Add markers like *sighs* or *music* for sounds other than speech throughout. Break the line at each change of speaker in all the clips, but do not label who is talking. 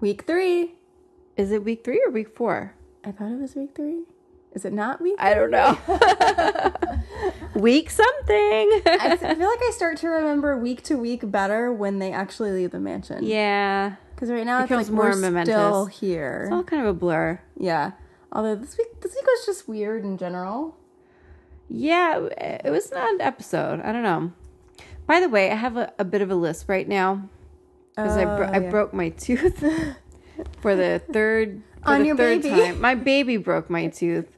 Week three.
Is it week three or week four?
I thought it was week three. Is it not
*laughs*
week?
I don't know. week something.
I s- I feel like I start to remember week to week better when they actually leave the mansion.
*laughs* yeah.
Because right now it's
Becomes
like more
more
we're
momentous.
still
It's
here.
all kind of a blur.
Yeah. Although this week this week was just weird in general.
Yeah, it was an odd episode. I don't know. By the way, I have a, a bit of a lisp right now because I, bro-
Oh,
I
yeah.
broke my tooth *laughs* for the third for
On
the
your
third
baby.
time. My baby broke my tooth,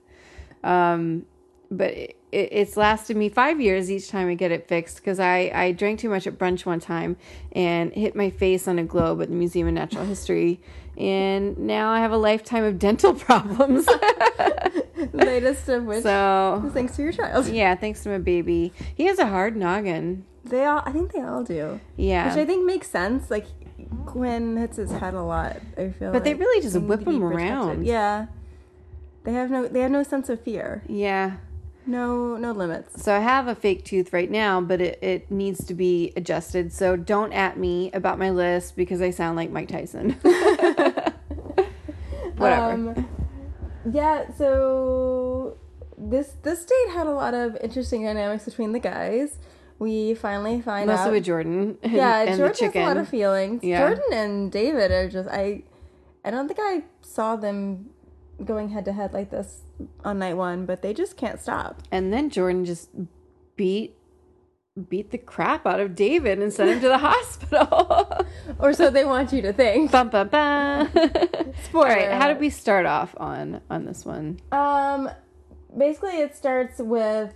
um, but it, it, it's lasted me five years each time I get it fixed because I I drank too much at brunch one time and hit my face on a globe at the Museum
*laughs*
of Natural History, and now I have a lifetime of dental
*laughs*
*laughs* problems. *laughs*
Latest of which
so.
is thanks to your child.
*laughs* Yeah, thanks to my baby. He has a hard noggin.
They all I think they all do.
Yeah.
Which I think makes sense. Like Gwen hits his head a lot. I feel.
But they
like
really just
need
whip
to be
him
protected.
around.
Yeah. They have no. They have no sense of fear.
yeah.
No. No limits.
So I have a fake tooth right now, but it, it needs to be adjusted. So don't at me about my list because I sound like Mike Tyson. *laughs* Whatever.
Um, yeah. So this this date had a lot of interesting dynamics between the guys. We finally find
Mostly
out.
with Jordan. *laughs* And,
yeah,
and the
Jordan
chicken.
has a lot of feelings.
Yeah.
Jordan and David are just I. I don't think I saw them going head to head like this on night one, but they just can't stop.
and then Jordan just beat beat the crap out of David and sent him to the *laughs* hospital.
Or so they want you to think.
bum bum *laughs* bum. All
Spoiler
right, how
alert.
did we start off on on this one?
Um, basically, it starts with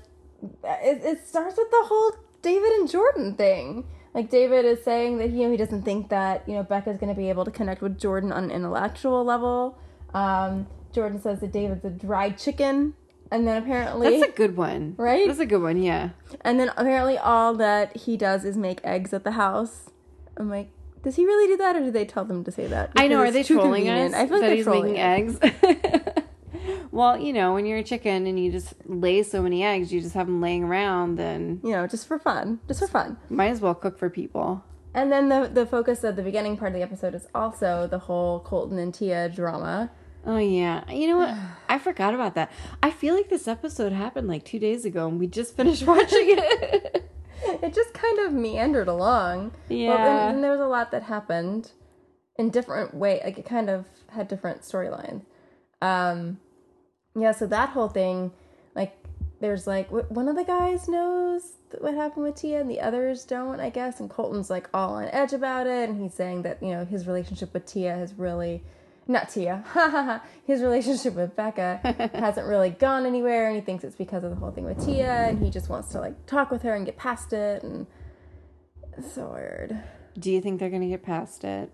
it, it starts with the whole David and Jordan thing. Like David is saying that you know he doesn't think that you know Becca's going to be able to connect with Jordan on an intellectual level. Um, Jordan says that David's a dried chicken, and then apparently,
That's a good one.
Right?
That's a good one, yeah.
and then apparently, all that he does is make eggs at the house. I'm like, does he really do that, or did they tell them to say that?
I know.
Because
Are
it's
they
too
trolling
convenient.
us?
I feel like
that
they're
he's
trolling
making
us.
eggs. *laughs* well, you know, when you're a chicken and you just lay so many eggs, you just have them laying around. Then
You know, just for fun, just for fun.
might as well cook for people.
And then the the focus of the beginning part of the episode is also the whole Colton and Tia drama. *laughs*
Oh yeah, you *sighs* know what? I forgot about that. I feel like this episode happened like two days ago, and we just finished *laughs* watching it.
It just kind of meandered along. Well,
Yeah.
and, and there was a lot that happened in different way. Like it kind of had different storylines. Um, yeah. So that whole thing, like, there's like wh- one of the guys knows th- what happened with Tia, and the others don't, I guess. And Colton's like all on edge about it, and he's saying that you know his relationship with Tia has really. Not Tia. *laughs* His relationship with Becca hasn't really gone anywhere, and he thinks it's because of the whole thing with Tia, and he just wants to like talk with her and get past it. And it's so weird.
Do you think they're gonna get past it?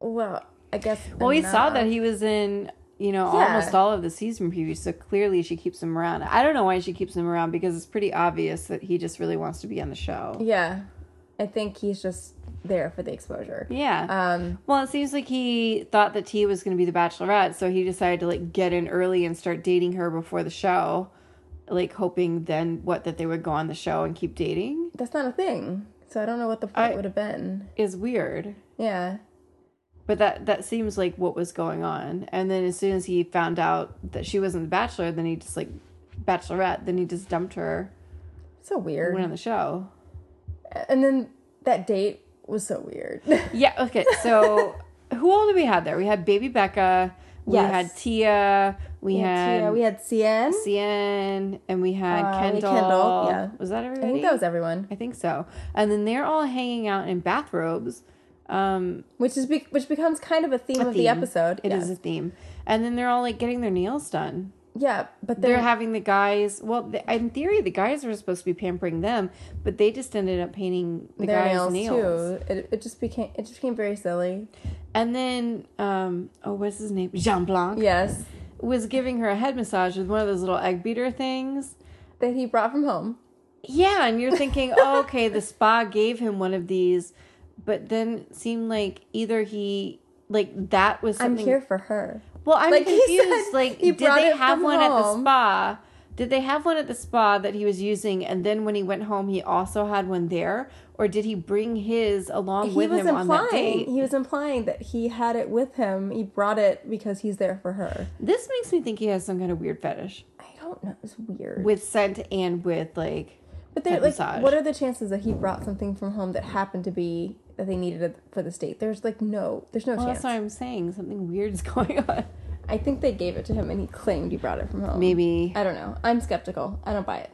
Well, I guess.
Well, we saw
enough.
that he was in, you know,
Yeah.
almost all of the season preview, so clearly she keeps him around. I don't know why she keeps him around because it's pretty obvious that he just really wants to be on the show.
Yeah, I think he's just there for the exposure.
Yeah.
Um,
well, it seems like he thought that T was going to be the bachelorette, so he decided to like get in early and start dating her before the show, like hoping then what that they would go on the show and keep dating
that's not a thing, so I don't know what the
I-
point would have been.
is weird.
Yeah,
But that that seems like what was going on. And then as soon as he found out that she wasn't the bachelor, then he just like bachelorette, then he just dumped her.
so weird.
went on the show.
And then that date was so weird. *laughs*
Yeah. Okay. So who all did we have there? We had Baby Becca. We
Yes.
had Tia. We had
yeah, we had CN.
Cien, and we had
Uh, we had
Kendall.
Kendall, yeah.
Was that everybody?
I think that was everyone,
I think so. And then they're all hanging out in bathrobes. Um,
which is be- which becomes kind of a theme
a
of the
theme.
episode.
It is
yeah.
a theme. And then they're all like getting their nails done.
yeah, but
They're
they're
having the guys. Well, th in theory, the guys were supposed to be pampering them, but they just ended up painting the
their
guys'
nails,
nails.
too. It, it just became it just became very silly.
And then, um, oh, what's his name? Jean Blanc.
Yes,
was giving her a head massage with one of those little egg beater things.
that he brought from home.
Yeah, and
*laughs*
you're thinking, oh, okay, the spa gave him one of these, but then it seemed like either he like that was
I'm
something.
here for her.
Well, I'm
Like he
confused.
said,
like,
he
did
brought
they
it
have
from
one at the
home.
spa? Did they have one at the spa that he was using, and then when he went home, he also had one there, or did he bring his along
He
with
was
him on that
implying
date?
he was implying that he had it with him. He brought it because he's there for her.
This makes me think he has some kind of weird fetish
I don't know. It's weird.
with scent and with like.
But they're
head
like,
massage.
what are the chances that he brought something from home that happened to be that they needed it for the state? There's like no, there's no
Well,
chance.
that's what I'm saying. Something weird is *laughs* going on.
I think they gave it to him and he claimed he brought it from home.
Maybe
I don't know. I'm skeptical. I don't buy it.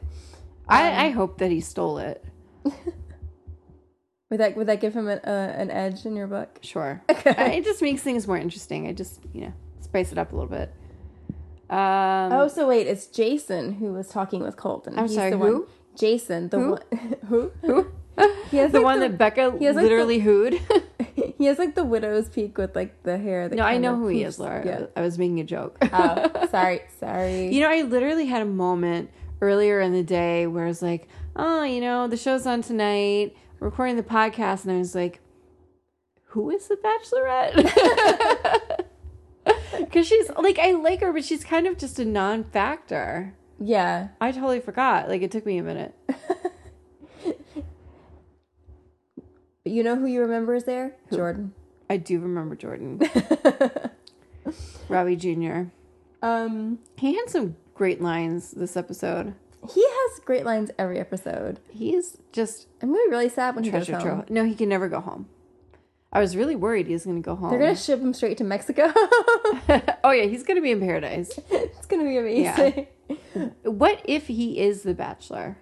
I, I hope that he stole it.
Would that would that give him an uh, an edge in your book? *laughs*
Sure. I- it just makes things more interesting. I just, you know, spice it up a little bit. Um,
Oh, so wait, it's Jason who was talking with Colton.
I'm
He's
sorry,
the
who?
One, Jason, the
Who?
one *laughs* who
*laughs* who?
he has
the
like,
one that
has,
Becca
like, *laughs* the-
literally hooed.
he has like the widow's peak with like the hair. That
no, I
kind
know
of
who he
poops-
is, Laura.
Yeah.
I was making a joke.
*laughs* Oh, sorry, *laughs* sorry.
You know, I literally had a moment earlier in the day where I was like, oh, you know, the show's on tonight, we're recording the podcast, and I was like, who is the Bachelorette?
*laughs*
*laughs* Because she's like, I like her, but she's kind of just a non factor.
yeah.
I totally forgot. Like, it took me a minute.
But you know who you remember is there? Jordan.
I do
*laughs*
remember Jordan, Robbie Jr.
Um,
He had some great lines this episode.
he has great lines every episode.
He's just
I'm gonna be really sad when he goes
treasure
home.
trove. No, he can never go home. I was really worried he was going to go home.
They're gonna ship him straight to Mexico. *laughs*
*laughs* oh yeah, he's gonna be in paradise.
it's gonna be amazing.
What if he is the bachelor?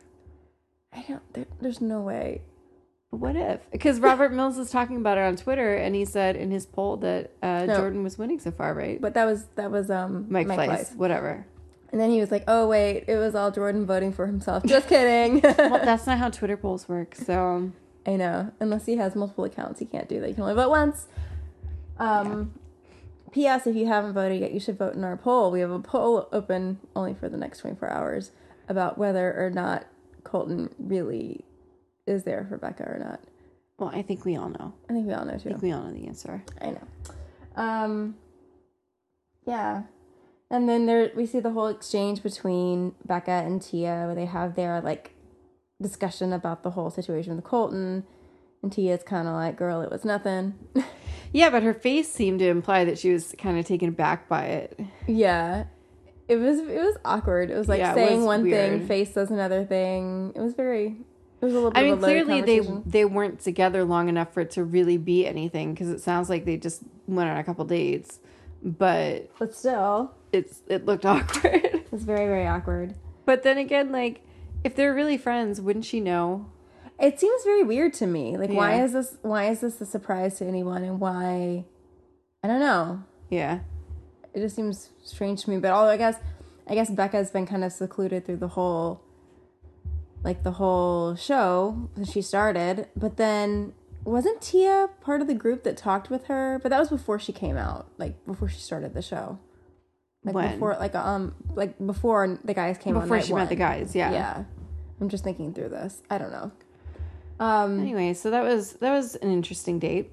I don't. There, there's no way.
What if? Because Robert Mills is talking about it on Twitter, and he said in his poll that uh,
No.
Jordan was winning so far, right?
But that was that was um
Mike, Mike
Fleiss. *laughs*
whatever.
And then he was like, "Oh wait, it was all Jordan voting for himself." Just
*laughs*
kidding. *laughs*
Well, that's not how Twitter polls work. So
I know. Unless he has multiple accounts, he can't do that. You can only vote once. Um, P.S. If you haven't voted yet, you should vote in our poll. We have a poll open only for the next 24 hours about whether or not Colton really is there for Becca or not.
well, I think we all know.
I think we all know
I think
too.
we all know the answer.
I know. Um, yeah. And then there we see the whole exchange between Becca and Tia where they have their like discussion about the whole situation with Colton. And Tia's kind of like, girl, it was nothing. *laughs*
Yeah, but her face seemed to imply that she was kind of taken aback by it.
yeah. It was it was awkward. It was like
Yeah, it
saying
was
one
weird.
thing, face says another thing. It was very it was a little bit
I
of
mean,
a loaded
clearly they
conversation.
they weren't together long enough for it to really be anything. Because it sounds like they just went on a couple dates, but
But still,
it's it looked *laughs* awkward.
it's very, very awkward.
but then again, like if they're really friends, wouldn't she know?
It seems very weird to me. Like, why
Yeah.
is this? Why is this a surprise to anyone? And why? I don't know.
Yeah.
It just seems strange to me. But although I guess, I guess Becca's been kind of secluded through the whole, like the whole show when she started. But then wasn't Tia part of the group that talked with her? But that was before she came out. Like before she started the show. Like
When?
before, like um, like before the guys came on
Before
night
she met the
one.
guys, yeah.
Yeah, I'm just thinking through this. I don't know. Um.
Anyway, so that was that was an interesting date.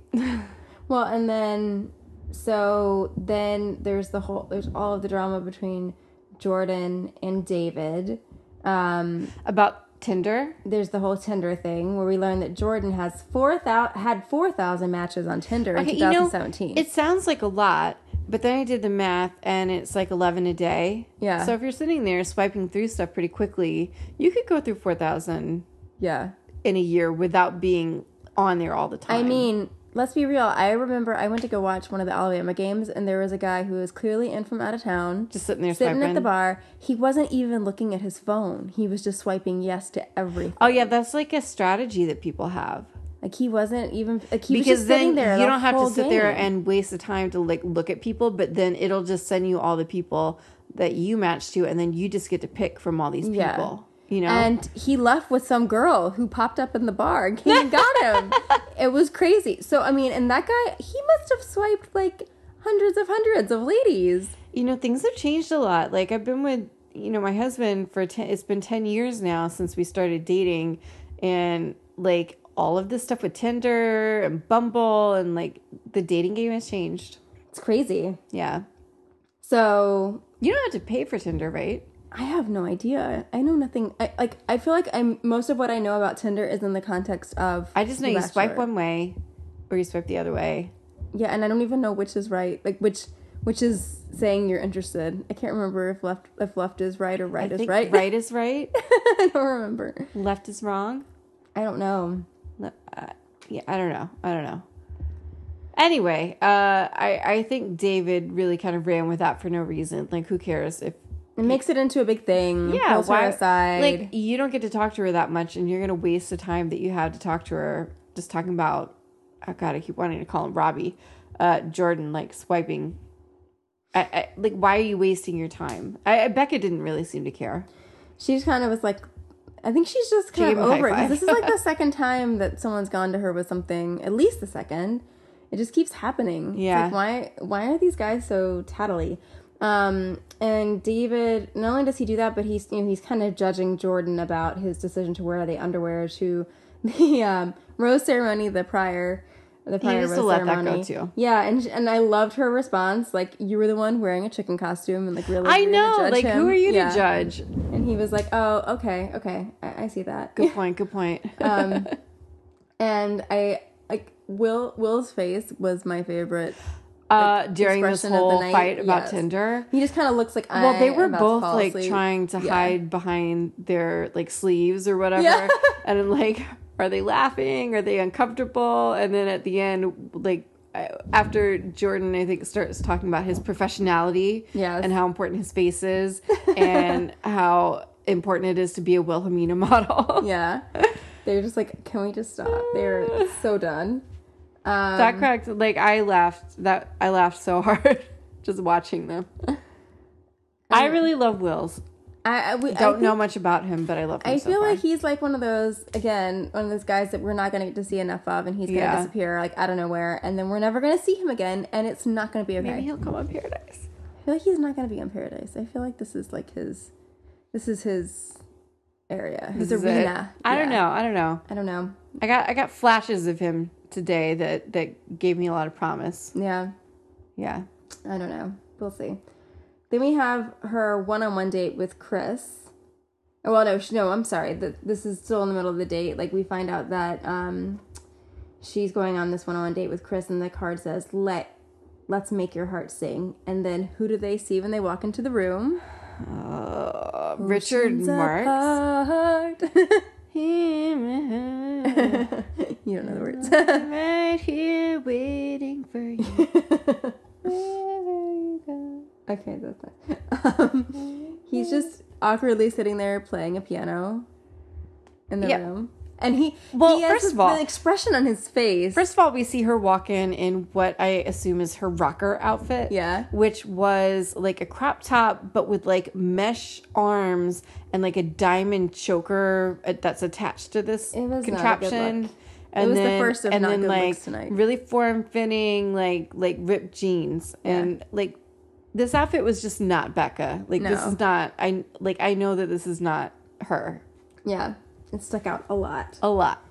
Well, and then so then there's the whole there's all of the drama between Jordan and David. Um,
About Tinder.
there's the whole Tinder thing where we learn that Jordan has four thousand had four thousand matches on Tinder in
Okay, you know,
2017.
It sounds like a lot, but then I did the math and it's like 11 a day.
Yeah.
So if you're sitting there swiping through stuff pretty quickly, you could go through 4,000
yeah,
in a year without being on there all the time.
I mean. Let's be real. I remember I went to go watch one of the Alabama games, and there was a guy who was clearly in from out of town,
just sitting there
sitting
swiping.
at the bar. He wasn't even looking at his phone. He was just swiping yes to everything.
Oh yeah, that's like a strategy that people have.
Like he wasn't even like he was
because
just
then
sitting there.
you
the
don't have to
whole
sit there
game.
and waste the time to like look at people but then it'll just send you all the people that you match to and then you just get to pick from all these people
Yeah.
you know
And he left with some girl who popped up in the bar and came and got him.
*laughs*
it was crazy. So I mean, and that guy, he must have swiped like hundreds of hundreds of ladies.
you know things have changed a lot like i've been with you know my husband for 10 it's been 10 years now since we started dating and like all of this stuff with tinder and bumble and like the dating game has changed
It's crazy.
yeah
So
you don't have to pay for tinder right
I have no idea. I know nothing. I like. I feel like I'm most of what I know about Tinder is in the context of.
I just know
The
you swipe
Bachelor.
one way or you swipe the other way.
Yeah, and I don't even know which is right. Like which, which is saying you're interested. I can't remember if left if left is right or right
I
is
think
right. *laughs*
right is right,
I don't remember.
left is wrong.
I don't know.
Le- Uh, yeah, I don't know. I don't know. Anyway, uh, I I think David really kind of ran with that for no reason. Like, who cares if
It makes it into a big thing.
yeah,
pulls her
why?
aside.
Like, you don't get to talk to her that much, and you're gonna waste the time that you had to talk to her just talking about. Oh God, I keep wanting to call him Robbie, uh, Jordan, like swiping. I, I, like, why are you wasting your time? I, I- Becca didn't really seem to care.
she just kind of was like, I think she's just kind
gave
of
him a high
over it. 'cause
five. *laughs*
This is like the second time that someone's gone to her with something, at least the second. It just keeps happening. It's
Yeah.
like, why why are these guys so tattly? Um, and David, not only does he do that, but he's you know, he's kind of judging Jordan about his decision to wear the underwear to *laughs* the um, rose ceremony, the prior the prior
used to
rose
let that go,
ceremony.
too.
Yeah, and and I loved her response. Like you were the one wearing a chicken costume and like really
I
you're gonna
know.
judge
Like,
him?
who are you
Yeah.
to judge?
And he was like, "Oh, okay, okay, I, I see that."
Good point.
*laughs*
Good point.
Uh, And I like Will. Will's face was my favorite.
uh, during this
expression of the
whole
night,
fight about
yes.
Tinder.
He just kind of looks like I.
Well, they
am
were
about to
both
fall
like
asleep.
trying to
Yeah.
hide behind their like sleeves or whatever,
Yeah.
*laughs* and I'm like, are they laughing? Are they uncomfortable? And then at the end, like I- after Jordan, I think starts talking about his professionality,
Yes.
and how important his
*laughs*
face is, and how important it is to be a Wilhelmina model. *laughs*
Yeah, they're just like, "Can we just stop?" They're so done. Um,
that cracked. Like I laughed. That I laughed so *laughs* hard just watching them. I really love Will's.
I, I, we, I
don't
think-
know much about him, but I love him.
I
so
feel
far.
like he's like one of those again, one of those guys that we're not going to get to see enough of, and he's going to
Yeah.
disappear like I don't know where, and then we're never going to see him again, and it's not going to be okay.
maybe he'll come on Paradise.
I feel like he's not gonna be on Paradise. I feel like this is like his, this is his area, his
Is it?
arena.
I don't
Yeah.
know. I don't know.
I don't know.
I got I got flashes of him today that that gave me a lot of promise.
Yeah,
Yeah.
I don't know. We'll see. Then we have her one-on-one date with Chris. Oh, well, no, sh- no. I'm sorry. Th- This is still in the middle of the date. Like we find out that um, she's going on this one-on-one date with Chris, and the card says "Let." Let's make your heart sing. And then who do they see when they walk into the room?
Uh, Richard Marks.
Marks.
*laughs* Him
*laughs* you don't know the words.
right here waiting
*laughs*
for you. Wherever you go.
Okay, that's not. Um, he's just awkwardly sitting there playing a piano in the
Yeah.
room, and he
Well,
he has
first
this-
of all-
the expression on his face.
First of all, we see her walk in in what I assume is her rocker outfit.
Yeah.
Which was like a crop top, but with like mesh arms and like a diamond choker uh, that's attached to this
It was not a good
contraption.
look.
And
was the
then,
first of
and
not
then
good looks
like
tonight.
really form fitting, like like ripped jeans and like this outfit was just not Becca. Like this
No.
is not. I like I know that this is not her
yeah, it stuck out a lot.
a lot.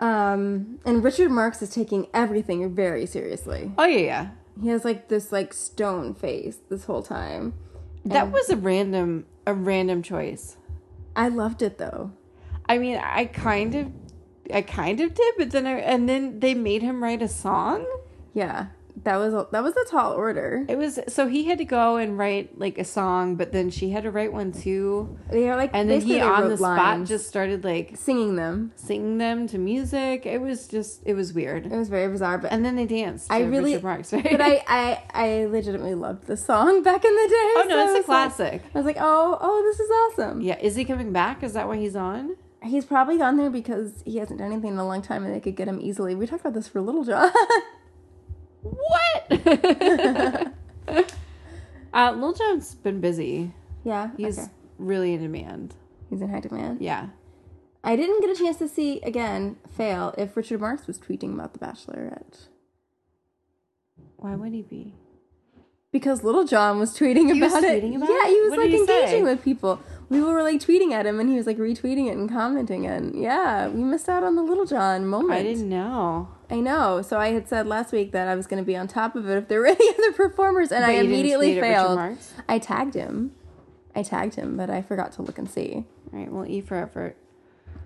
Um, and Richard Marx is taking everything very seriously.
Oh yeah, yeah.
He has like this like stone face this whole time.
That was a random a random choice.
I loved it though.
I mean, I kind of, I kind of did, but then I, and then they made him write a song.
Yeah, that was a, that was a tall order.
It was so he had to go and write like a song, but then she had to write one too.
They are like
And then
basically
he
they
on
wrote
the spot
lines,
just started like
singing them.
singing them to music. It was just, it was weird.
It was very bizarre, but
And then they danced.
I
to
really-
Richard Marx, *laughs* right?
but I, I I legitimately loved the song back in the day.
oh
so
no,
I
it's a
was like-
classic.
I was like, oh, oh, this is awesome.
yeah, is he coming back? Is that why he's on?
He's probably gone there because he hasn't done anything in a long time, and they could get him easily. We talked about this for Little John.
What? *laughs*
*laughs*
uh, Lil Jon's been busy.
*laughs* yeah,
He's
okay.
really in demand.
he's in high demand.
Yeah.
I didn't get a chance to see again fail if Richard Marx was tweeting about The Bachelorette
Why would he be?
because Little John was tweeting
He was
about it.
tweeting about
yeah,
it?
he was
What did
like
he say?
engaging with people. We were like tweeting at him, and he was like retweeting it and commenting, and yeah, we missed out on the Little John moment.
I didn't know.
I know. So I had said last week that I was going to be *laughs* on top of it if there were any other performers, and I
you didn't
immediately
tweet at Richard
failed.
Marx?
I tagged him. I tagged him, but I forgot to look and see.
All right, well, E for effort.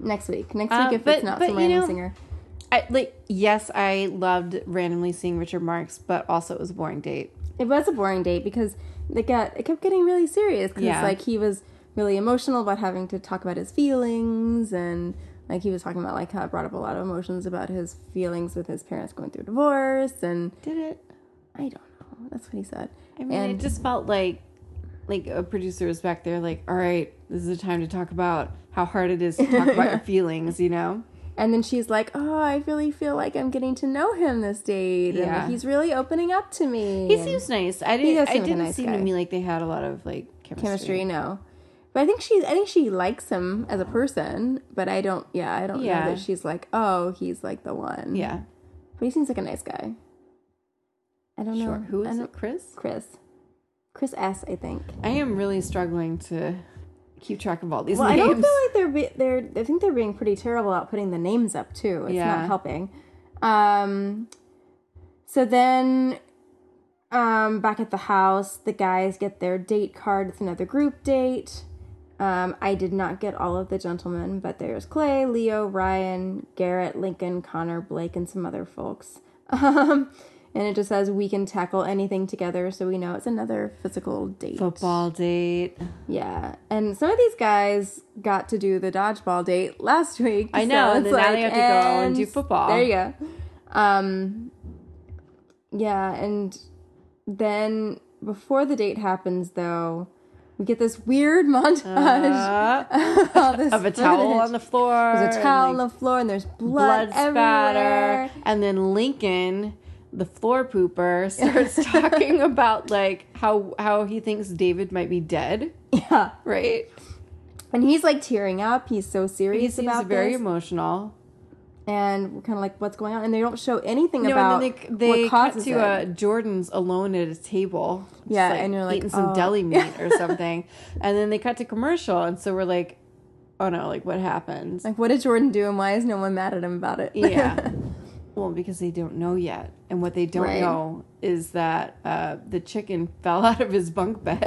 Next week. Next week,
Um,
if
but-
it's not
but,
some
you
random
know-
singer.
I like yes, I loved randomly seeing Richard Marks, but also it was a boring date.
It was a boring date because they got it kept getting really serious because
Yeah.
like he was really emotional about having to talk about his feelings and like he was talking about like how it brought up a lot of emotions about his feelings with his parents going through divorce and
Did it?
I don't know. That's what he said.
I mean, it
And-
just felt like like a producer was back there, like, all right, this is a time to talk about how hard it is to talk about *laughs* your feelings, you know?
And then she's like, "Oh, I really feel like I'm getting to know him this date, and
Yeah.
like, he's really opening up to me."
He
and
seems nice. I didn't.
does
I
seem like a
didn't
nice
seem
guy.
to me like they had a lot of like chemistry.
chemistry, no. But I think she's, I think she likes him as a person, but I don't, yeah, I don't
Yeah.
know that she's like, "Oh, he's like the one."
Yeah.
but he seems like a nice guy. I don't
Sure.
know
Who
I
is
don't-
it? Chris.
Chris, Chris S. I think.
I am really struggling to keep track of all these
Well, I
names.
don't feel like they're be- they're. I think they're being pretty terrible at putting the names up too. It's
Yeah.
not helping. Um, so then, um, back at the house, the guys get their date card. It's another group date. Um, I did not get all of the gentlemen, but there's Clay, Leo, Ryan, Garrett, Lincoln, Connor, Blake, and some other folks. *laughs* Um, and it just says we can tackle anything together, so we know it's another physical date.
Football date.
Yeah, and some of these guys got to do the dodgeball date last week.
I know, and
it's
then now they have to go and do football.
There you go. Um, yeah, and then before the date happens, though, we get this weird *laughs* montage
Uh,
of, all this
of a towel
footage.
on the floor.
There's a towel
and,
on the floor, and there's blood,
blood
everywhere. *laughs*
spatter, and then Lincoln, the floor pooper, *laughs* starts talking about like how how he thinks David might be dead,
Yeah,
right?
and he's like tearing up. He's so serious
He seems
about
very
this,
emotional.
and we're kind of like, what's going on? And they don't show anything
No,
about
and then they, they
what
cut
causes
to
it.
uh, Jordan's alone at a table. just,
Yeah, and you're like,
eating some
oh.
deli meat *laughs* or something, and then they cut to commercial, and so we're like, oh no, like what happened?
Like, what did Jordan do, and why is no one mad at him about it?
Yeah. *laughs* well, because they don't know yet. And what they don't
Right.
know is that uh, the chicken *laughs* fell out of his bunk *laughs* bed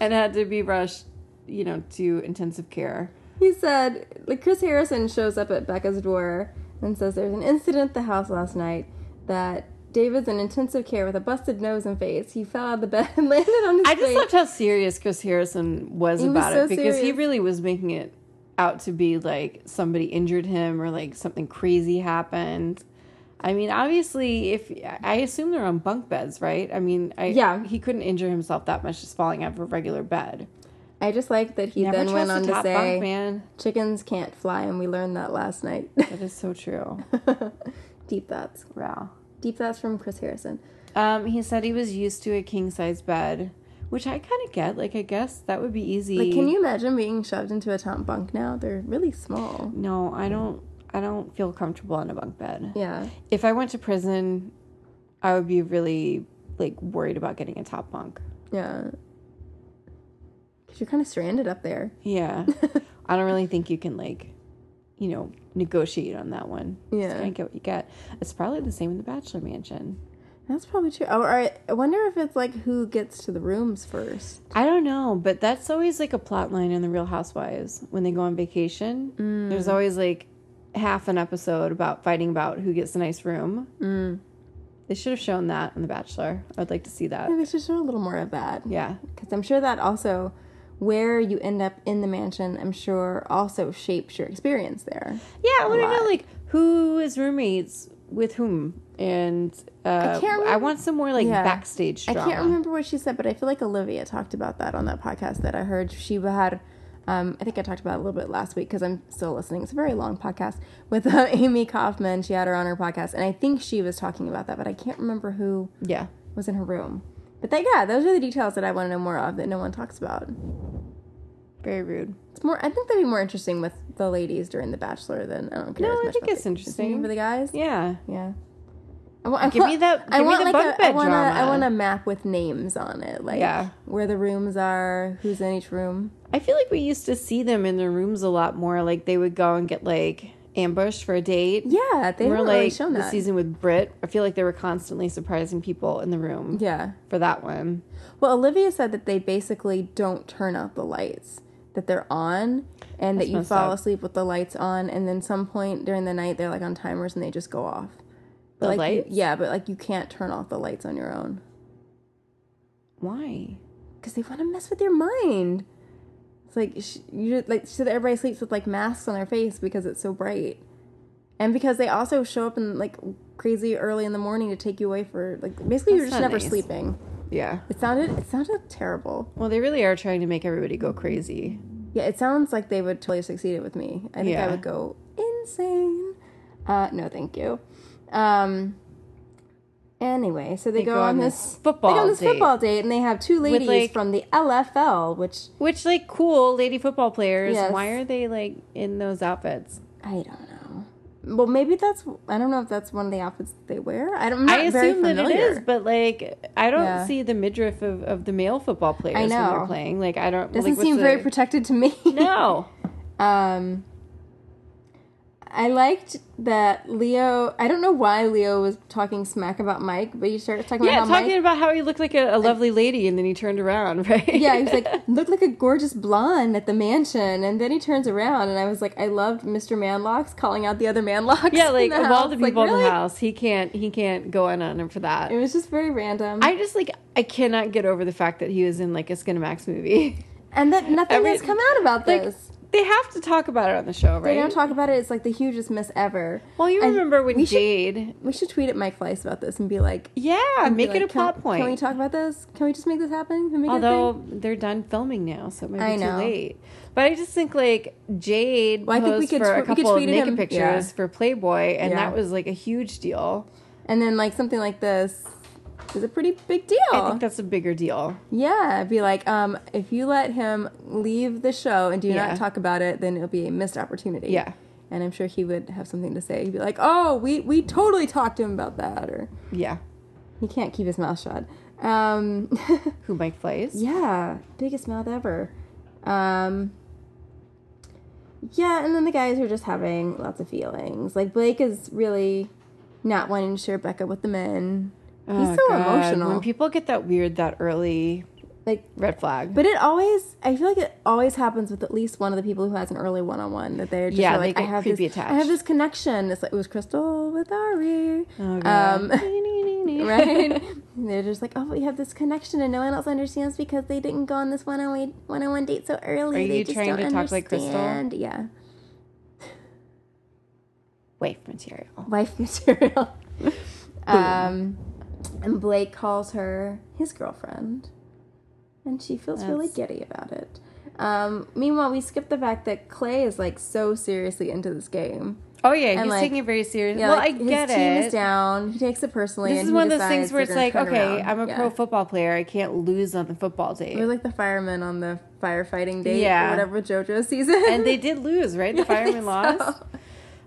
and had to be rushed, you know, to intensive care.
*laughs* he said, like, Chris Harrison shows up at Becca's door and says, There's an incident at the house last night that David's in intensive care with a busted nose and face. He fell out of the bed and *laughs* landed on his
I just
face.
loved how serious Chris Harrison was
He was
about
so
it because he
serious.
really was making it out to be like somebody injured him or like something crazy happened. I mean, obviously, if I assume they're on bunk beds, right? I mean, I,
Yeah.
he couldn't injure himself that much just falling out of a regular bed.
I just like that he
Never
then
trust
went
a
on to
top
say,
bunk, man.
Chickens can't fly, and we learned that last night. *laughs*
That is so true.
Deep thoughts.
wow.
Deep thoughts from Chris Harrison.
Um, he said he was used to a king size bed, which I kind of get. Like, I guess that would be easy.
Like, can you imagine being shoved into a top bunk now? They're really small.
No, I don't. I don't feel comfortable on a bunk bed.
Yeah.
If I went to prison, I would be really like worried about getting a top bunk.
Yeah. Because you're kind of stranded up there. *laughs*
Yeah, I don't really think you can like, you know, negotiate on that one.
Yeah.
I get what you get. It's probably the same in the Bachelor Mansion.
That's probably true. Oh, I I wonder if it's like who gets to the rooms first.
I don't know, but that's always like a plot line in The Real Housewives when they go on vacation. There's always like half an episode about fighting about who gets the nice room. Mm. They should have shown that in The Bachelor. I would like to see that.
Maybe they should show a little more of that
Uh, Yeah.
because I'm sure that also where you end up in the mansion, I'm sure also shapes your experience there.
Yeah, I want to know
lot.
like who is roommates with whom, and uh, I,
can't remember-
want some more like
Yeah.
backstage drama.
I can't remember what she said, but I feel like Olivia talked about that on that podcast that I heard. She had, um, I think I talked about it a little bit last week because I'm still listening. It's a very long podcast with uh, *laughs* Amy Kaufman. She had her on her podcast, and I think she was talking about that, but I can't remember who
Yeah.
was in her room. But that, yeah, those are the details that I want to know more of that no one talks about.
Very rude.
It's more. I think that'd be more interesting with the ladies during The Bachelor than I don't care.
No,
as
I
much
think
about
it's
the-
interesting.
for the guys.
Yeah.
Yeah. I wa- I
Give me
want-
that- give me the bunk
a, I
bed
want a- I
drama.
want a map with names on it, like
Yeah.
where the rooms are, who's in each room.
I feel like we used to see them in their rooms a lot more. Like they would go and get like ambushed for a date.
Yeah, they
We're
haven't
like
really shown
the
that.
season with Brit. I feel like they were constantly surprising people in the room
yeah.
for that one.
Well, Olivia said that they basically don't turn out the lights, that they're on, and that you
messed
fall
up.
asleep with the lights on, and then some point during the night they're like on timers and they just go off. But
The
like, you-
lights?
yeah, but like you can't turn off the lights on your own
Why?
because they want to mess with your mind. It's like sh- you just, like so that everybody sleeps with like masks on their face because it's so bright, and because they also show up in like crazy early in the morning to take you away for like basically you're
That's
just
not
never
nice.
sleeping.
Yeah.
It sounded it sounded terrible.
Well, they really are trying to make everybody go crazy.
Yeah, it sounds like they would totally have succeeded with me. I think I
Yeah.
would go insane. Uh, no, thank you. Um, anyway, so they, go, on this
football
they go on this
date.
football date, and they have two ladies
like-
from the LFL, which
Which, like, cool lady football players.
Yes.
Why are they like in those outfits?
I don't know. Well, maybe that's I don't know if that's one of the outfits that they wear. I don't. I'm
I
not very
assume that it
familiar.
is, but like, I don't
Yeah.
see the midriff of, of the male football players
I
when
know.
they're playing. Like, I don't.
Doesn't
like, what's
seem
the-
very protected to me. *laughs*
No.
Um, I liked that Leo. I don't know why Leo was talking smack about Mike, but he started talking
Yeah,
about how
talking
Mike.
about how he looked like a, a lovely lady, and then he turned around, *laughs* right?
Yeah, he was like, looked like a gorgeous blonde at the mansion, and then he turns around, and I was like, I loved Mr. Manlocks calling out the other Manlocks.
yeah, like
*laughs* in
of all the
house. Like,
people in
really? Mm.
the house, he can't he can't go in on him for that.
It was just very random,
I just like I cannot get over the fact that he was in like a Skinamax movie. *laughs*
and that nothing
every-
has come out about
like,
this.
They have to talk about it on the show, right?
They don't talk about it. It's like the hugest miss ever.
well, you
And
remember when
we should-
Jade?
we should tweet at Mike Fleiss about this and be like,
yeah,
be
make
like,
it a
"Can-
plot point.
Can we talk about this? Can we just make this happen? Can we make it a thing?"
Although they're done filming now, so it might be
I know.
too late. But I just think like Jade
Well, I think we
posed
could
for a
tw- we could
couple of
tweet at
naked
him.
pictures
Yeah.
for Playboy, and
Yeah.
that was like a huge deal.
And then like something like this is a pretty big deal.
I think that's a bigger deal.
yeah, be like, um, if you let him leave the show and do
Yeah.
not talk about it, then it'll be a missed opportunity.
Yeah.
And I'm sure he would have something to say. He'd be like, "Oh, we we totally talked to him about that," or
Yeah,
he can't keep his mouth shut. Um, *laughs*
who Mike plays?
yeah, biggest mouth ever. Um, yeah, and then the guys are just having lots of feelings. Like Blake is really not wanting to share Becca with the men. He's
Oh,
so
God.
emotional.
When people get that weird, that early
Like
red flag.
But it always, I feel like it always happens with at least one of the people who has an early one-on-one that they're just
Yeah,
like,
they
I
get
have
creepy
this, I have
attached.
this connection. It's like it was Crystal with Ari,
Oh, God.
um, *laughs* right? they're just like, oh, we have this connection, and no one else understands because they didn't go on this one-on-one one-on-one date so early.
Are
they
you
just
trying
don't
to talk like Crystal?
understand. Yeah,
Wife material.
wife
*laughs*
material. um, and Blake calls her his girlfriend, and she feels really
That's-
giddy about it. Um, meanwhile, we skip the fact that Clay is like so seriously into this game.
Oh yeah, he's
like-
taking it very seriously.
Yeah,
well,
like,
I get
his team
it.
is down. He takes it personally.
This
and
is
he
one of those
decides
things where it's
they're gonna
like,
turn
okay,
around.
I'm a
Yeah.
pro football player. I can't lose on the football date.
We're like the firemen on the firefighting date or
Yeah.
whatever JoJo season.
and they did lose, right? The fireman
I think
lost.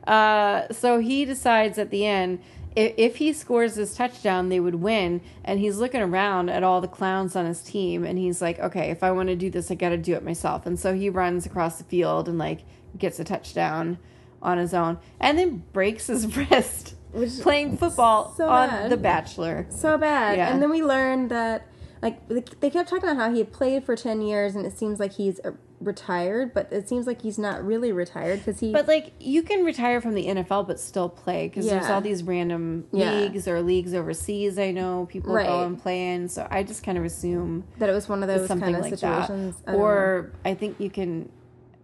Uh, so he decides at the end if, if he scores this touchdown, they would win. And he's looking around at all the clowns on his team, and he's like, "Okay, if I want to do this, I got to do it myself." And so he runs across the field and like gets a touchdown on his own, and then breaks his *laughs* wrist
Which-
playing football
so
on
bad.
The Bachelor.
*laughs* so bad.
Yeah.
And then we learned that, like, they- they kept talking about how he had played for 10 years and it seems like he's uh, retired, but it seems like he's not really retired because he.
But like you can retire from the NFL but still play because there's
Yeah.
all these random
Yeah.
leagues or leagues overseas. I know people
Right.
go and play in, so I just kind of assume
that it was one of those
something
kind of
like
situations. I
that.
don't
Or I think you can.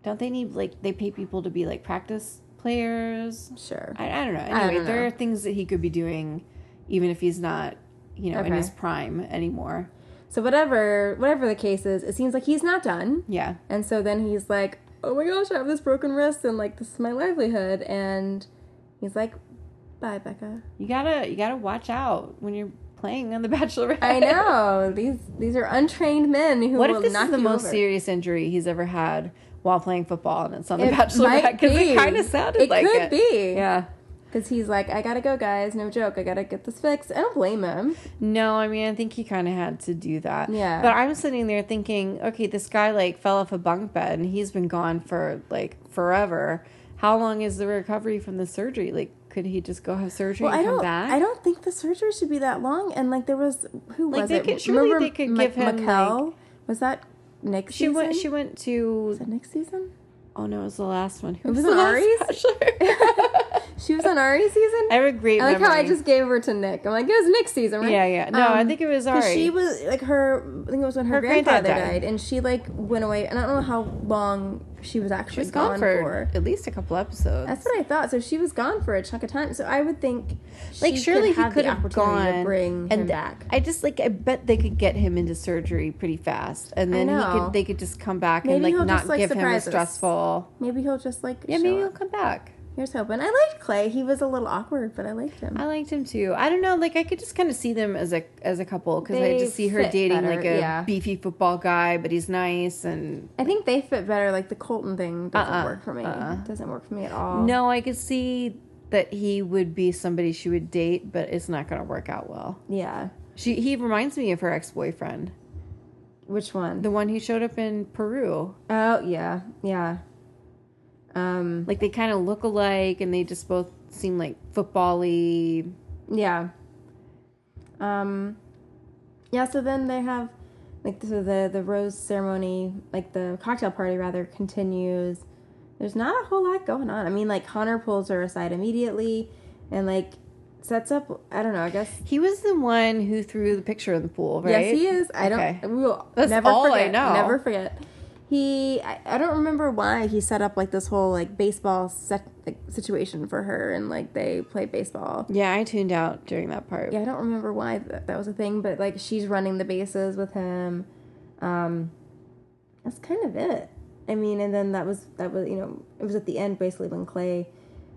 Don't they need like they pay people to be like practice players?
know. Sure.
I, I don't know.
I
Anyway,
don't
there
know.
are things that he could be doing, even if he's not, you know, in
Okay.
his prime anymore.
So, whatever, whatever the case is, it seems like he's not done.
Yeah.
And so then he's like, "Oh my gosh, I have this broken wrist, and like this is my livelihood." And he's like, "Bye, Becca."
You gotta you gotta watch out when you're playing on the *laughs* Bachelorette.
*laughs* I know these these are untrained men who
What
will
if this
knock
is the
you
most
over.
serious injury he's ever had while playing football, and it's on the
It
Bachelorette?
might
Because
be.
it kind of sounded
It
like
could
it.
be.
Yeah.
Because he's like, "I gotta go, guys. No joke. I gotta get this fixed." I don't blame him.
No, I mean, I think he kind of had to do that.
Yeah.
But I'm sitting there thinking, okay, this guy like fell off a bunk bed, and he's been gone for like forever. how long is the recovery from the surgery? Like, could he just go have surgery
Well, I
and come
don't.
back?
I don't think the surgery should be that long. And like there was who
Like,
was
they
it?
could- surely
Remember
they could
Ma-
give him,
Mikel? was that next
she
season?
went. She went
was
to.
that next
*laughs*
season.
Oh no, it was the last one. Who
It was
was, the
an
*laughs* last wrestler?
She was on Ari's season.
I have a great.
I like how I
memory.
just gave her to Nick. I'm like, it was Nick's season, right?
Yeah, yeah. No, I
Um,
think it was
'cause
Ari.
She was like her. I think it was when her,
Her
grandfather
granddad
died.
died.
and she like went away. And I don't know how long she was actually
She was gone, for, at least a couple episodes.
That's what I thought. So she was gone for a chunk of time. So I would think,
like
she
surely
could have
he could
the
have
opportunity
gone
to bring
and
him
th-
back.
I just like I bet they could get him into surgery pretty fast, and
I
then he
know.
could they could just come back
Maybe
and like
he'll
not
just, like,
give him a
surprise us.
stressful.
Maybe he'll just like
Yeah,
show
maybe he'll
up.
come back.
Here's hoping. I liked Clay. He was a little awkward, but I liked him.
I liked him too. I don't know, like I could just kind of see them as a as a couple because I
They
just see her
fit
dating
better,
like a
yeah.
beefy football guy, but he's nice and
I think they fit better. Like the Colton thing doesn't
Uh-uh.
work for me.
Uh-uh.
Doesn't work for me at all.
no, I could see that he would be somebody she would date, but it's not going to work out well.
Yeah.
She he reminds me of her ex boyfriend,
Which one?
the one who showed up in Peru.
Oh yeah, yeah. Um,
Like they kind of look alike, and they just both seem like football-y.
yeah. Um, yeah. So then they have, like, so the the rose ceremony, like the cocktail party rather, continues. There's not a whole lot going on. I mean, like Connor pulls her aside immediately, and like sets up. I don't know. I guess.
He was the one who threw the picture in the pool, right?
Yes, he is. I
Okay.
don't. We will
That's
never
all I
forget.
know.
Never forget. He. I, I don't remember why he set up like this whole like baseball set, like, situation for her, and like they play baseball.
Yeah, I tuned out during that part.
yeah, I don't remember why that, that was a thing, but like she's running the bases with him. Um, that's kind of it. I mean, and then that was that was you know it was at the end basically when Clay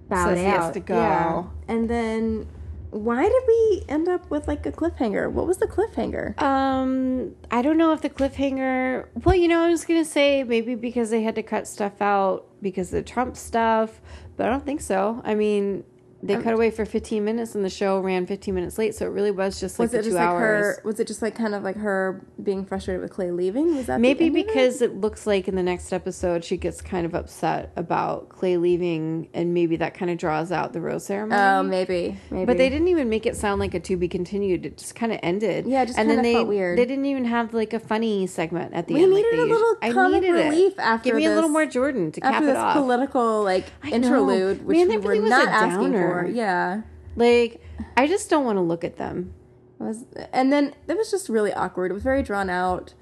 bowed
Says he
out.
has to go.
and then why did we end up with like a cliffhanger? What was the cliffhanger?
Um, I don't know if the cliffhanger. Well, you know, I was gonna say maybe because they had to cut stuff out because of the Trump stuff, but I don't think so. I mean, they cut away for 15 minutes, and the show ran 15 minutes late, so it really was just like
Was
the
it
two
just like
hours.
her? Was it just like kind of like her being frustrated with Clay leaving? Was that the
Maybe
end of it?
because it looks like in the next episode she gets kind of upset about Clay leaving, and maybe that kind of draws out the rose ceremony.
Oh, maybe, maybe.
But they didn't even make it sound like a to be continued. It just kind of ended.
Yeah, it just
and then
kinda
they,
felt weird.
They didn't even have like a funny segment at the
We
end. like
needed
they
a little
usu- I
comic
needed it.
relief after
Give me a little
this-
more Jordan to cap
after
it
this
off.
political like
know.
interlude, which
Man,
we
that really
were
was a
not asking for.
downer.
Yeah.
like, I just don't want to look at them.
It was and then it was just really awkward. It was very drawn out.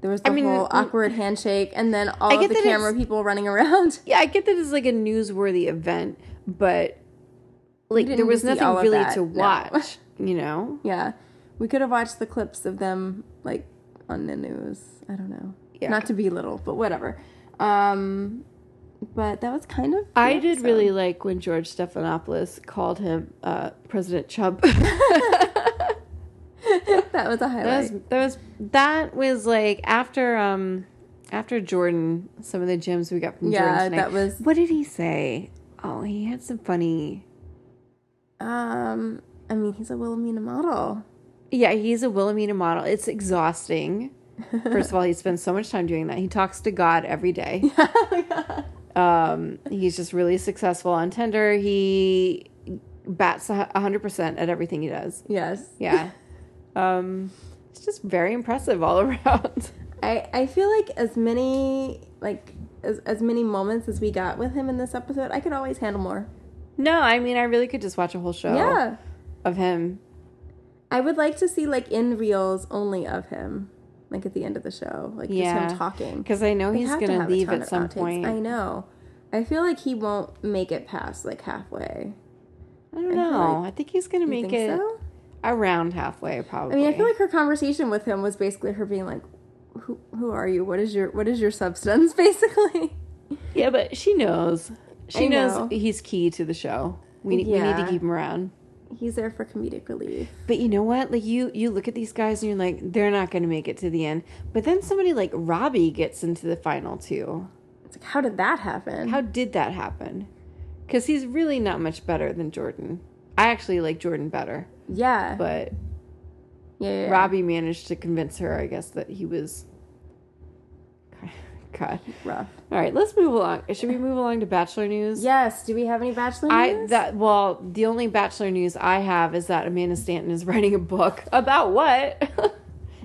There was the
I mean,
whole
mm-
awkward handshake, and then all
get
of the
that it's-
camera people running around. *laughs*
Yeah, I get that it's like a newsworthy event, but like
didn't
there was
see
nothing
all of
really
that,
to
no.
watch. You know?
*laughs* Yeah, we could have watched the clips of them like on the news. I don't know.
Yeah.
Not to be little, but whatever. Um, but that was kind of. the
I did
episode.
really like when George Stephanopoulos called him uh,
*laughs*
President Chub.
*laughs* that was a highlight.
That was, that was that was like after um after Jordan some of the gems we got from
Yeah,
Jordan tonight.
that was-
what did he say? Oh, he had some funny.
um, I mean, he's a Wilhelmina model.
Yeah, he's a Wilhelmina model. It's
*laughs*
exhausting. First of all, he spends so much time doing that. He talks to God
*laughs*
every day.
oh
Um, he's just really successful on Tinder. He bats hundred percent at everything he does.
Yes.
Yeah, *laughs* um, it's just very impressive all *laughs* around.
I, I feel like as many like as, as many moments as we got with him in this episode, I could always handle more.
No, I mean I really could just watch a whole show
Yeah.
of him.
I would like to see like in reels only of him. Like at the end of the show. Like just
Yeah.
him talking.
Because I know
They
he's
have to
gonna
have a
leave
ton
at
of
some
outtakes.
point.
I know. I feel like he won't make it past like halfway.
I don't
feel
know. I think he's gonna
You
make
think
it
so?
around halfway,
I
probably.
mean, I feel like her conversation with him was basically her being like, Who who are you? What is your what is your substance *laughs* basically?
yeah, but she knows. She
I
knows
know.
he's key to the show. We, we need
Yeah.
to keep him around.
He's there for comedic relief.
But you know what? Like you, you look at these guys and you're like, they're not gonna make it to the end. But then somebody like Robbie gets into the final two.
It's like, how did that happen?
How did that happen? Because he's really not much better than Jordan. I actually like Jordan better,
yeah.
but
yeah, yeah, yeah.
Robbie managed to convince her, I guess, that he was *laughs* God.
Rough.
All right, let's move along. Should we move along to Bachelor News?
Yes. Do we have any bachelor
I
news?
that well, the only Bachelor news I have is that Amanda Stanton is *laughs* writing a book about what? *laughs*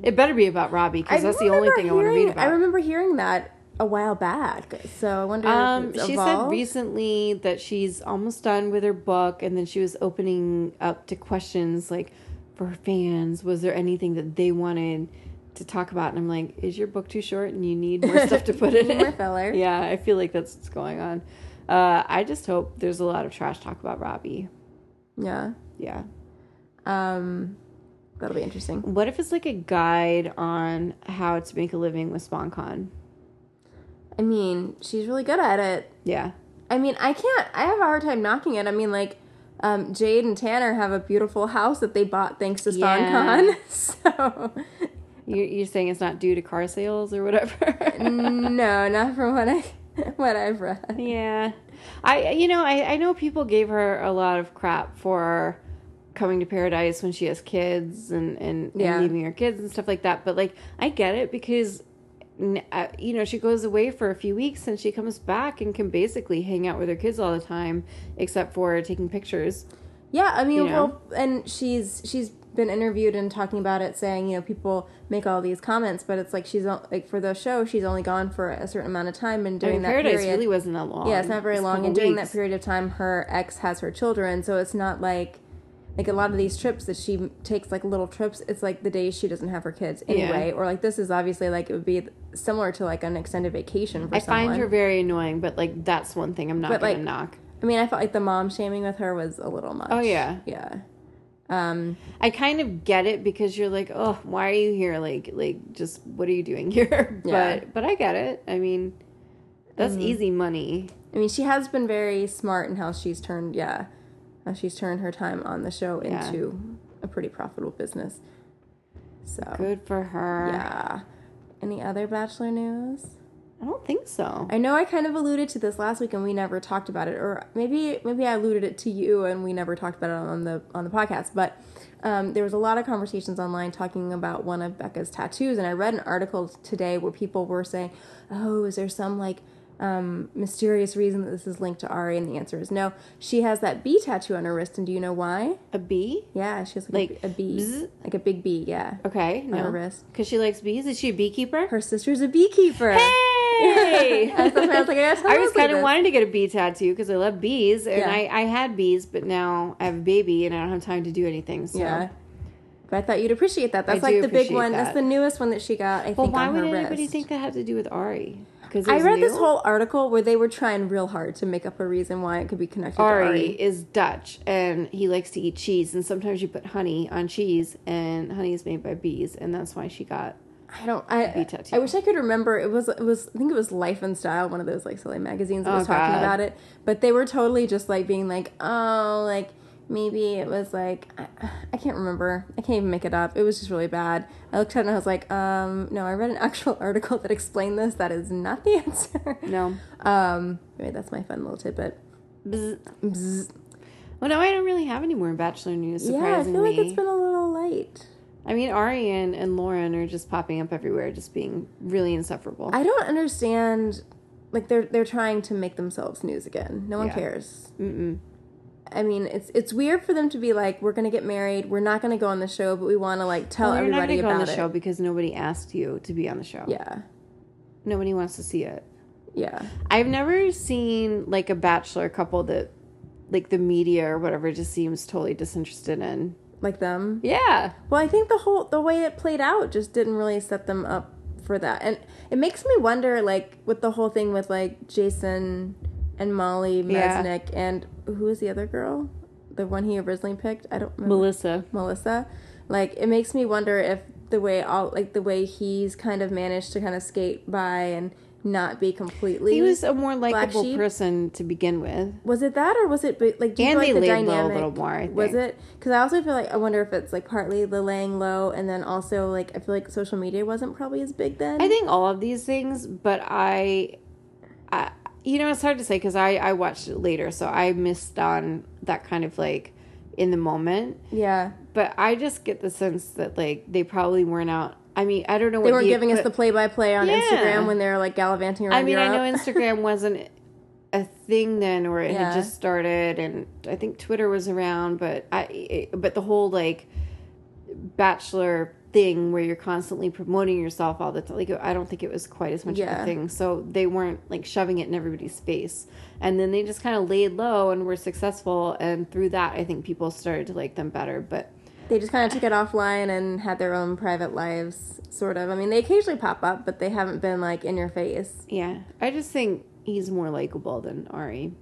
it better be about Robbie because that's the only
remember
thing I want to read
hearing-
about.
I remember hearing that a while back. So I wonder.
Um,
if it's
she said
*laughs* evolved.
recently that she's almost done with her book, and then she was opening up to questions like for her fans. Was there anything that they wanted to talk about? And I'm like, is your book too short and you need more stuff to put
*laughs*
in
Need more
it?
filler.
*laughs* yeah, I feel like that's what's going on. Uh, I just hope there's a lot of trash talk about Robbie.
Yeah.
Yeah.
Um, that'll be interesting.
What if it's like a guide on how to make a living with SpawnCon?
I mean, she's really good at it.
Yeah.
I mean, I can't. I have a hard time knocking it. I mean, like, um, Jade and Tanner have a beautiful house that they bought thanks to
Yeah.
SponCon. *laughs* So,
You're, you're saying it's not due to car sales or whatever?
no, not from what I *laughs* what I've read.
Yeah. I you know, I, I know people gave her a lot of crap for coming to paradise when she has kids and and,
Yeah.
and leaving her kids and stuff like that, but like I get it because n- uh, you know, she goes away for a few weeks and she comes back and can basically hang out with her kids all the time except for taking pictures.
Yeah, I mean,
You know?
well, and she's she's been interviewed and talking about it, saying you know people make all these comments, but it's like she's on- like for the show she's only gone for a certain amount of time, and
I
during
mean,
that
paradise
period,
really wasn't that long.
yeah, it's not very
a
long.
couple
And during that
weeks.
period of time, her ex has her children, so it's not like like a lot of these trips that she m- takes, like little trips. It's like the days she doesn't have her kids anyway, or like this is obviously like it would be similar to like an extended vacation for
I
someone.
find her very annoying, but like that's one thing I'm not
But,
gonna
like,
knock.
I mean, I felt like the mom shaming with her was a little much.
Oh, yeah.
yeah. Um,
I kind of get it because you're like, oh, why are you here? Like, like, just what are you doing *laughs* here? but
Yeah. Mm-hmm.
but I get it. I mean, that's easy money.
I mean, she has been very smart in how she's turned, yeah, how she's turned her time on the show
Yeah.
into a pretty profitable business. So
Good for her.
yeah. Any other Bachelor news?
I don't think so.
I know I kind of alluded to this last week and we never talked about it, or maybe maybe I alluded it to you and we never talked about it on the on the podcast. But um, there was a lot of conversations online talking about one of Becca's tattoos, and I read an article today where people were saying, "Oh, is there some like um, mysterious reason that this is linked to Ari?" And the answer is no. She has that bee tattoo on her wrist, and do you know why?
A bee?
Yeah, she has like,
Like,
a, a bee,
bzzz?
like a big bee. Yeah,
Okay,
on her
no,
wrist.
because she likes bees. Is she a beekeeper?
Her sister's a beekeeper.
Hey!
That's what *laughs* I was like, I gotta tell
*laughs* I
you
was
about
kind of
this.
wanting to get a bee tattoo because I love bees, and
Yeah.
I I had bees, but now I have a baby and I don't have time to do anything. So.
Yeah. But I thought you'd appreciate that. That's
I do
like the big
appreciate
one. That's
that.
the newest one that she got. I
Well,
think
why
on
would
her
anybody
wrist.
think that had to do with Ari? Because
I read this whole article where they were trying real hard to make up a reason why it could be connected
Ari,
to Ari.
is Dutch and he likes to eat cheese and sometimes you put honey on cheese and honey is made by bees and that's why she got
I don't. I,
Bee tattoo.
I wish I could remember. It was. It was. I think it was Life and Style, one of those like silly magazines that
Oh,
was talking
God.
about it. But they were totally just like being like, oh, like maybe it was like I, I can't remember. I can't even make it up. It was just really bad. I looked at it and I was like, um, no. I read an *laughs* actual article that explained this. That is not the *laughs* answer.
no.
Um, anyway, that's my fun little tidbit.
Bzz. Well, no, I don't really have any more Bachelor news.
Yeah, I feel
Surprisingly,
like it's been a little light.
I mean Ari and, and Lauren are just popping up everywhere, just being really insufferable.
I don't understand. Like they're they're trying to make themselves news again. No one
Yeah.
cares.
Mm-mm.
I mean, it's it's weird for them to be like, we're gonna get married. We're not gonna go on the show, but we want to like tell
Well, you're not
everybody
going to go
about
on the
it.
show because nobody asked you to be on the show.
Yeah,
Nobody wants to see it.
yeah.
I've never seen like a Bachelor couple that, like the media or whatever, just seems totally disinterested in.
Like them.
Yeah.
Well, I think the whole the way it played out just didn't really set them up for that, and it makes me wonder, like with the whole thing with like Jason and Molly
Yeah.
Mesnick and who was the other girl, the one he originally picked. I don't remember.
Melissa.
Melissa. Like it makes me wonder if the way all like the way he's kind of managed to kind of skate by and not be completely
He was a more likable
sheep?
person to begin with.
was it that or was it but like do you
And
feel
they
like the
laid low a
dynamic
little more, I
was
think.
it because I also feel like I wonder if it's like partly the laying low and then also like I feel like social media wasn't probably as big then
I think all of these things, but I, I you know, it's hard to say because I I watched it later, so I missed on that kind of like in the moment.
yeah
But I just get the sense that like they probably weren't out I mean, I don't know.
They
what
were
the
giving us
equi-
the play by play on
Yeah.
Instagram when they're like gallivanting around
I mean,
Europe.
I know Instagram
*laughs*
wasn't a thing then, or it
Yeah.
had just started, and I think Twitter was around, but I, it- but the whole like bachelor thing where you're constantly promoting yourself all the time, like I don't think it was quite as much of
Yeah.
a thing. So they weren't like shoving it in everybody's face, and then they just kind of laid low and were successful, and through that, I think people started to like them better, but.
they just kind of took it offline and had their own private lives, sort of. I mean, they occasionally pop up, but they haven't been like in your face.
Yeah, I just think he's more likable than Ari.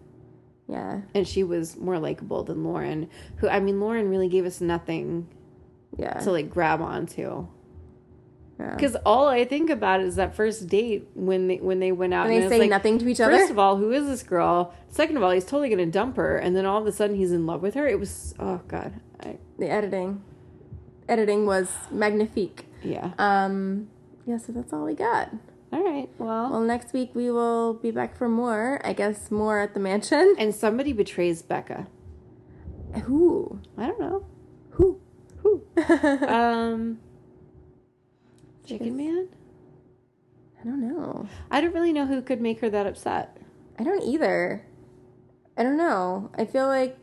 Yeah,
And she was more likable than Lauren, who, I mean, Lauren really gave us nothing
yeah.
to like grab onto.
Yeah.
Because all I think about is that first date when they, when they went out
and they
it's
say
like,
nothing to each other.
First of all, who is this girl? Second of all, he's totally going to dump her. And then all of a sudden he's in love with her. It was, oh God. I,
the editing, editing was magnifique.
yeah.
Um, yeah, so that's all we got.
All right. Well.
Well, next week we will be back for more. I guess more at the mansion. *laughs*
And somebody betrays Becca.
Who?
I don't know.
Who? *laughs*
Who?
I
Um, Chicken Man?
don't know.
I don't really know who could make her that upset.
I don't either. I don't know. I feel like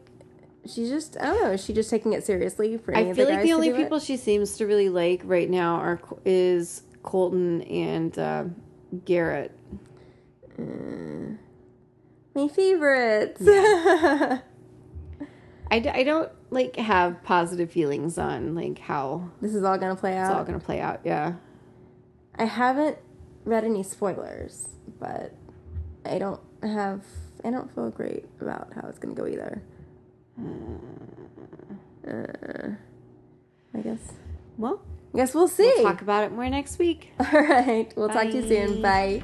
she's just. I don't know. Is she just taking it seriously for any
I
of the
feel
guys
like the
to
only
do it?
people she seems to really like right now are Col- is Colton and um Garrett.
Mm. My favorites.
I, d- I don't like have positive feelings on like how
*laughs* this is all gonna play
it's all
out.
gonna play out. Yeah,
I haven't read any spoilers, but I don't have. I don't feel great about how it's gonna go either. Uh, I guess.
well,
I guess we'll see.
we'll talk about it more next week.
*laughs* all right. We'll talk to you soon. Bye.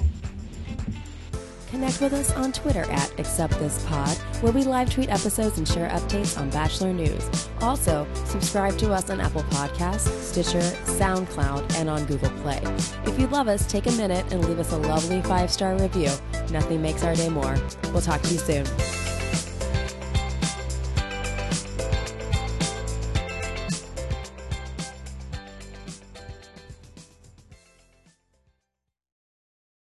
Connect with us on Twitter at AcceptThisPod, where we live tweet episodes and share updates on Bachelor News. Also, subscribe to us on Apple Podcasts, Stitcher, SoundCloud, and on Google Play. If you love us, take a minute and leave us a lovely five star review. Nothing makes our day more. We'll talk to you soon.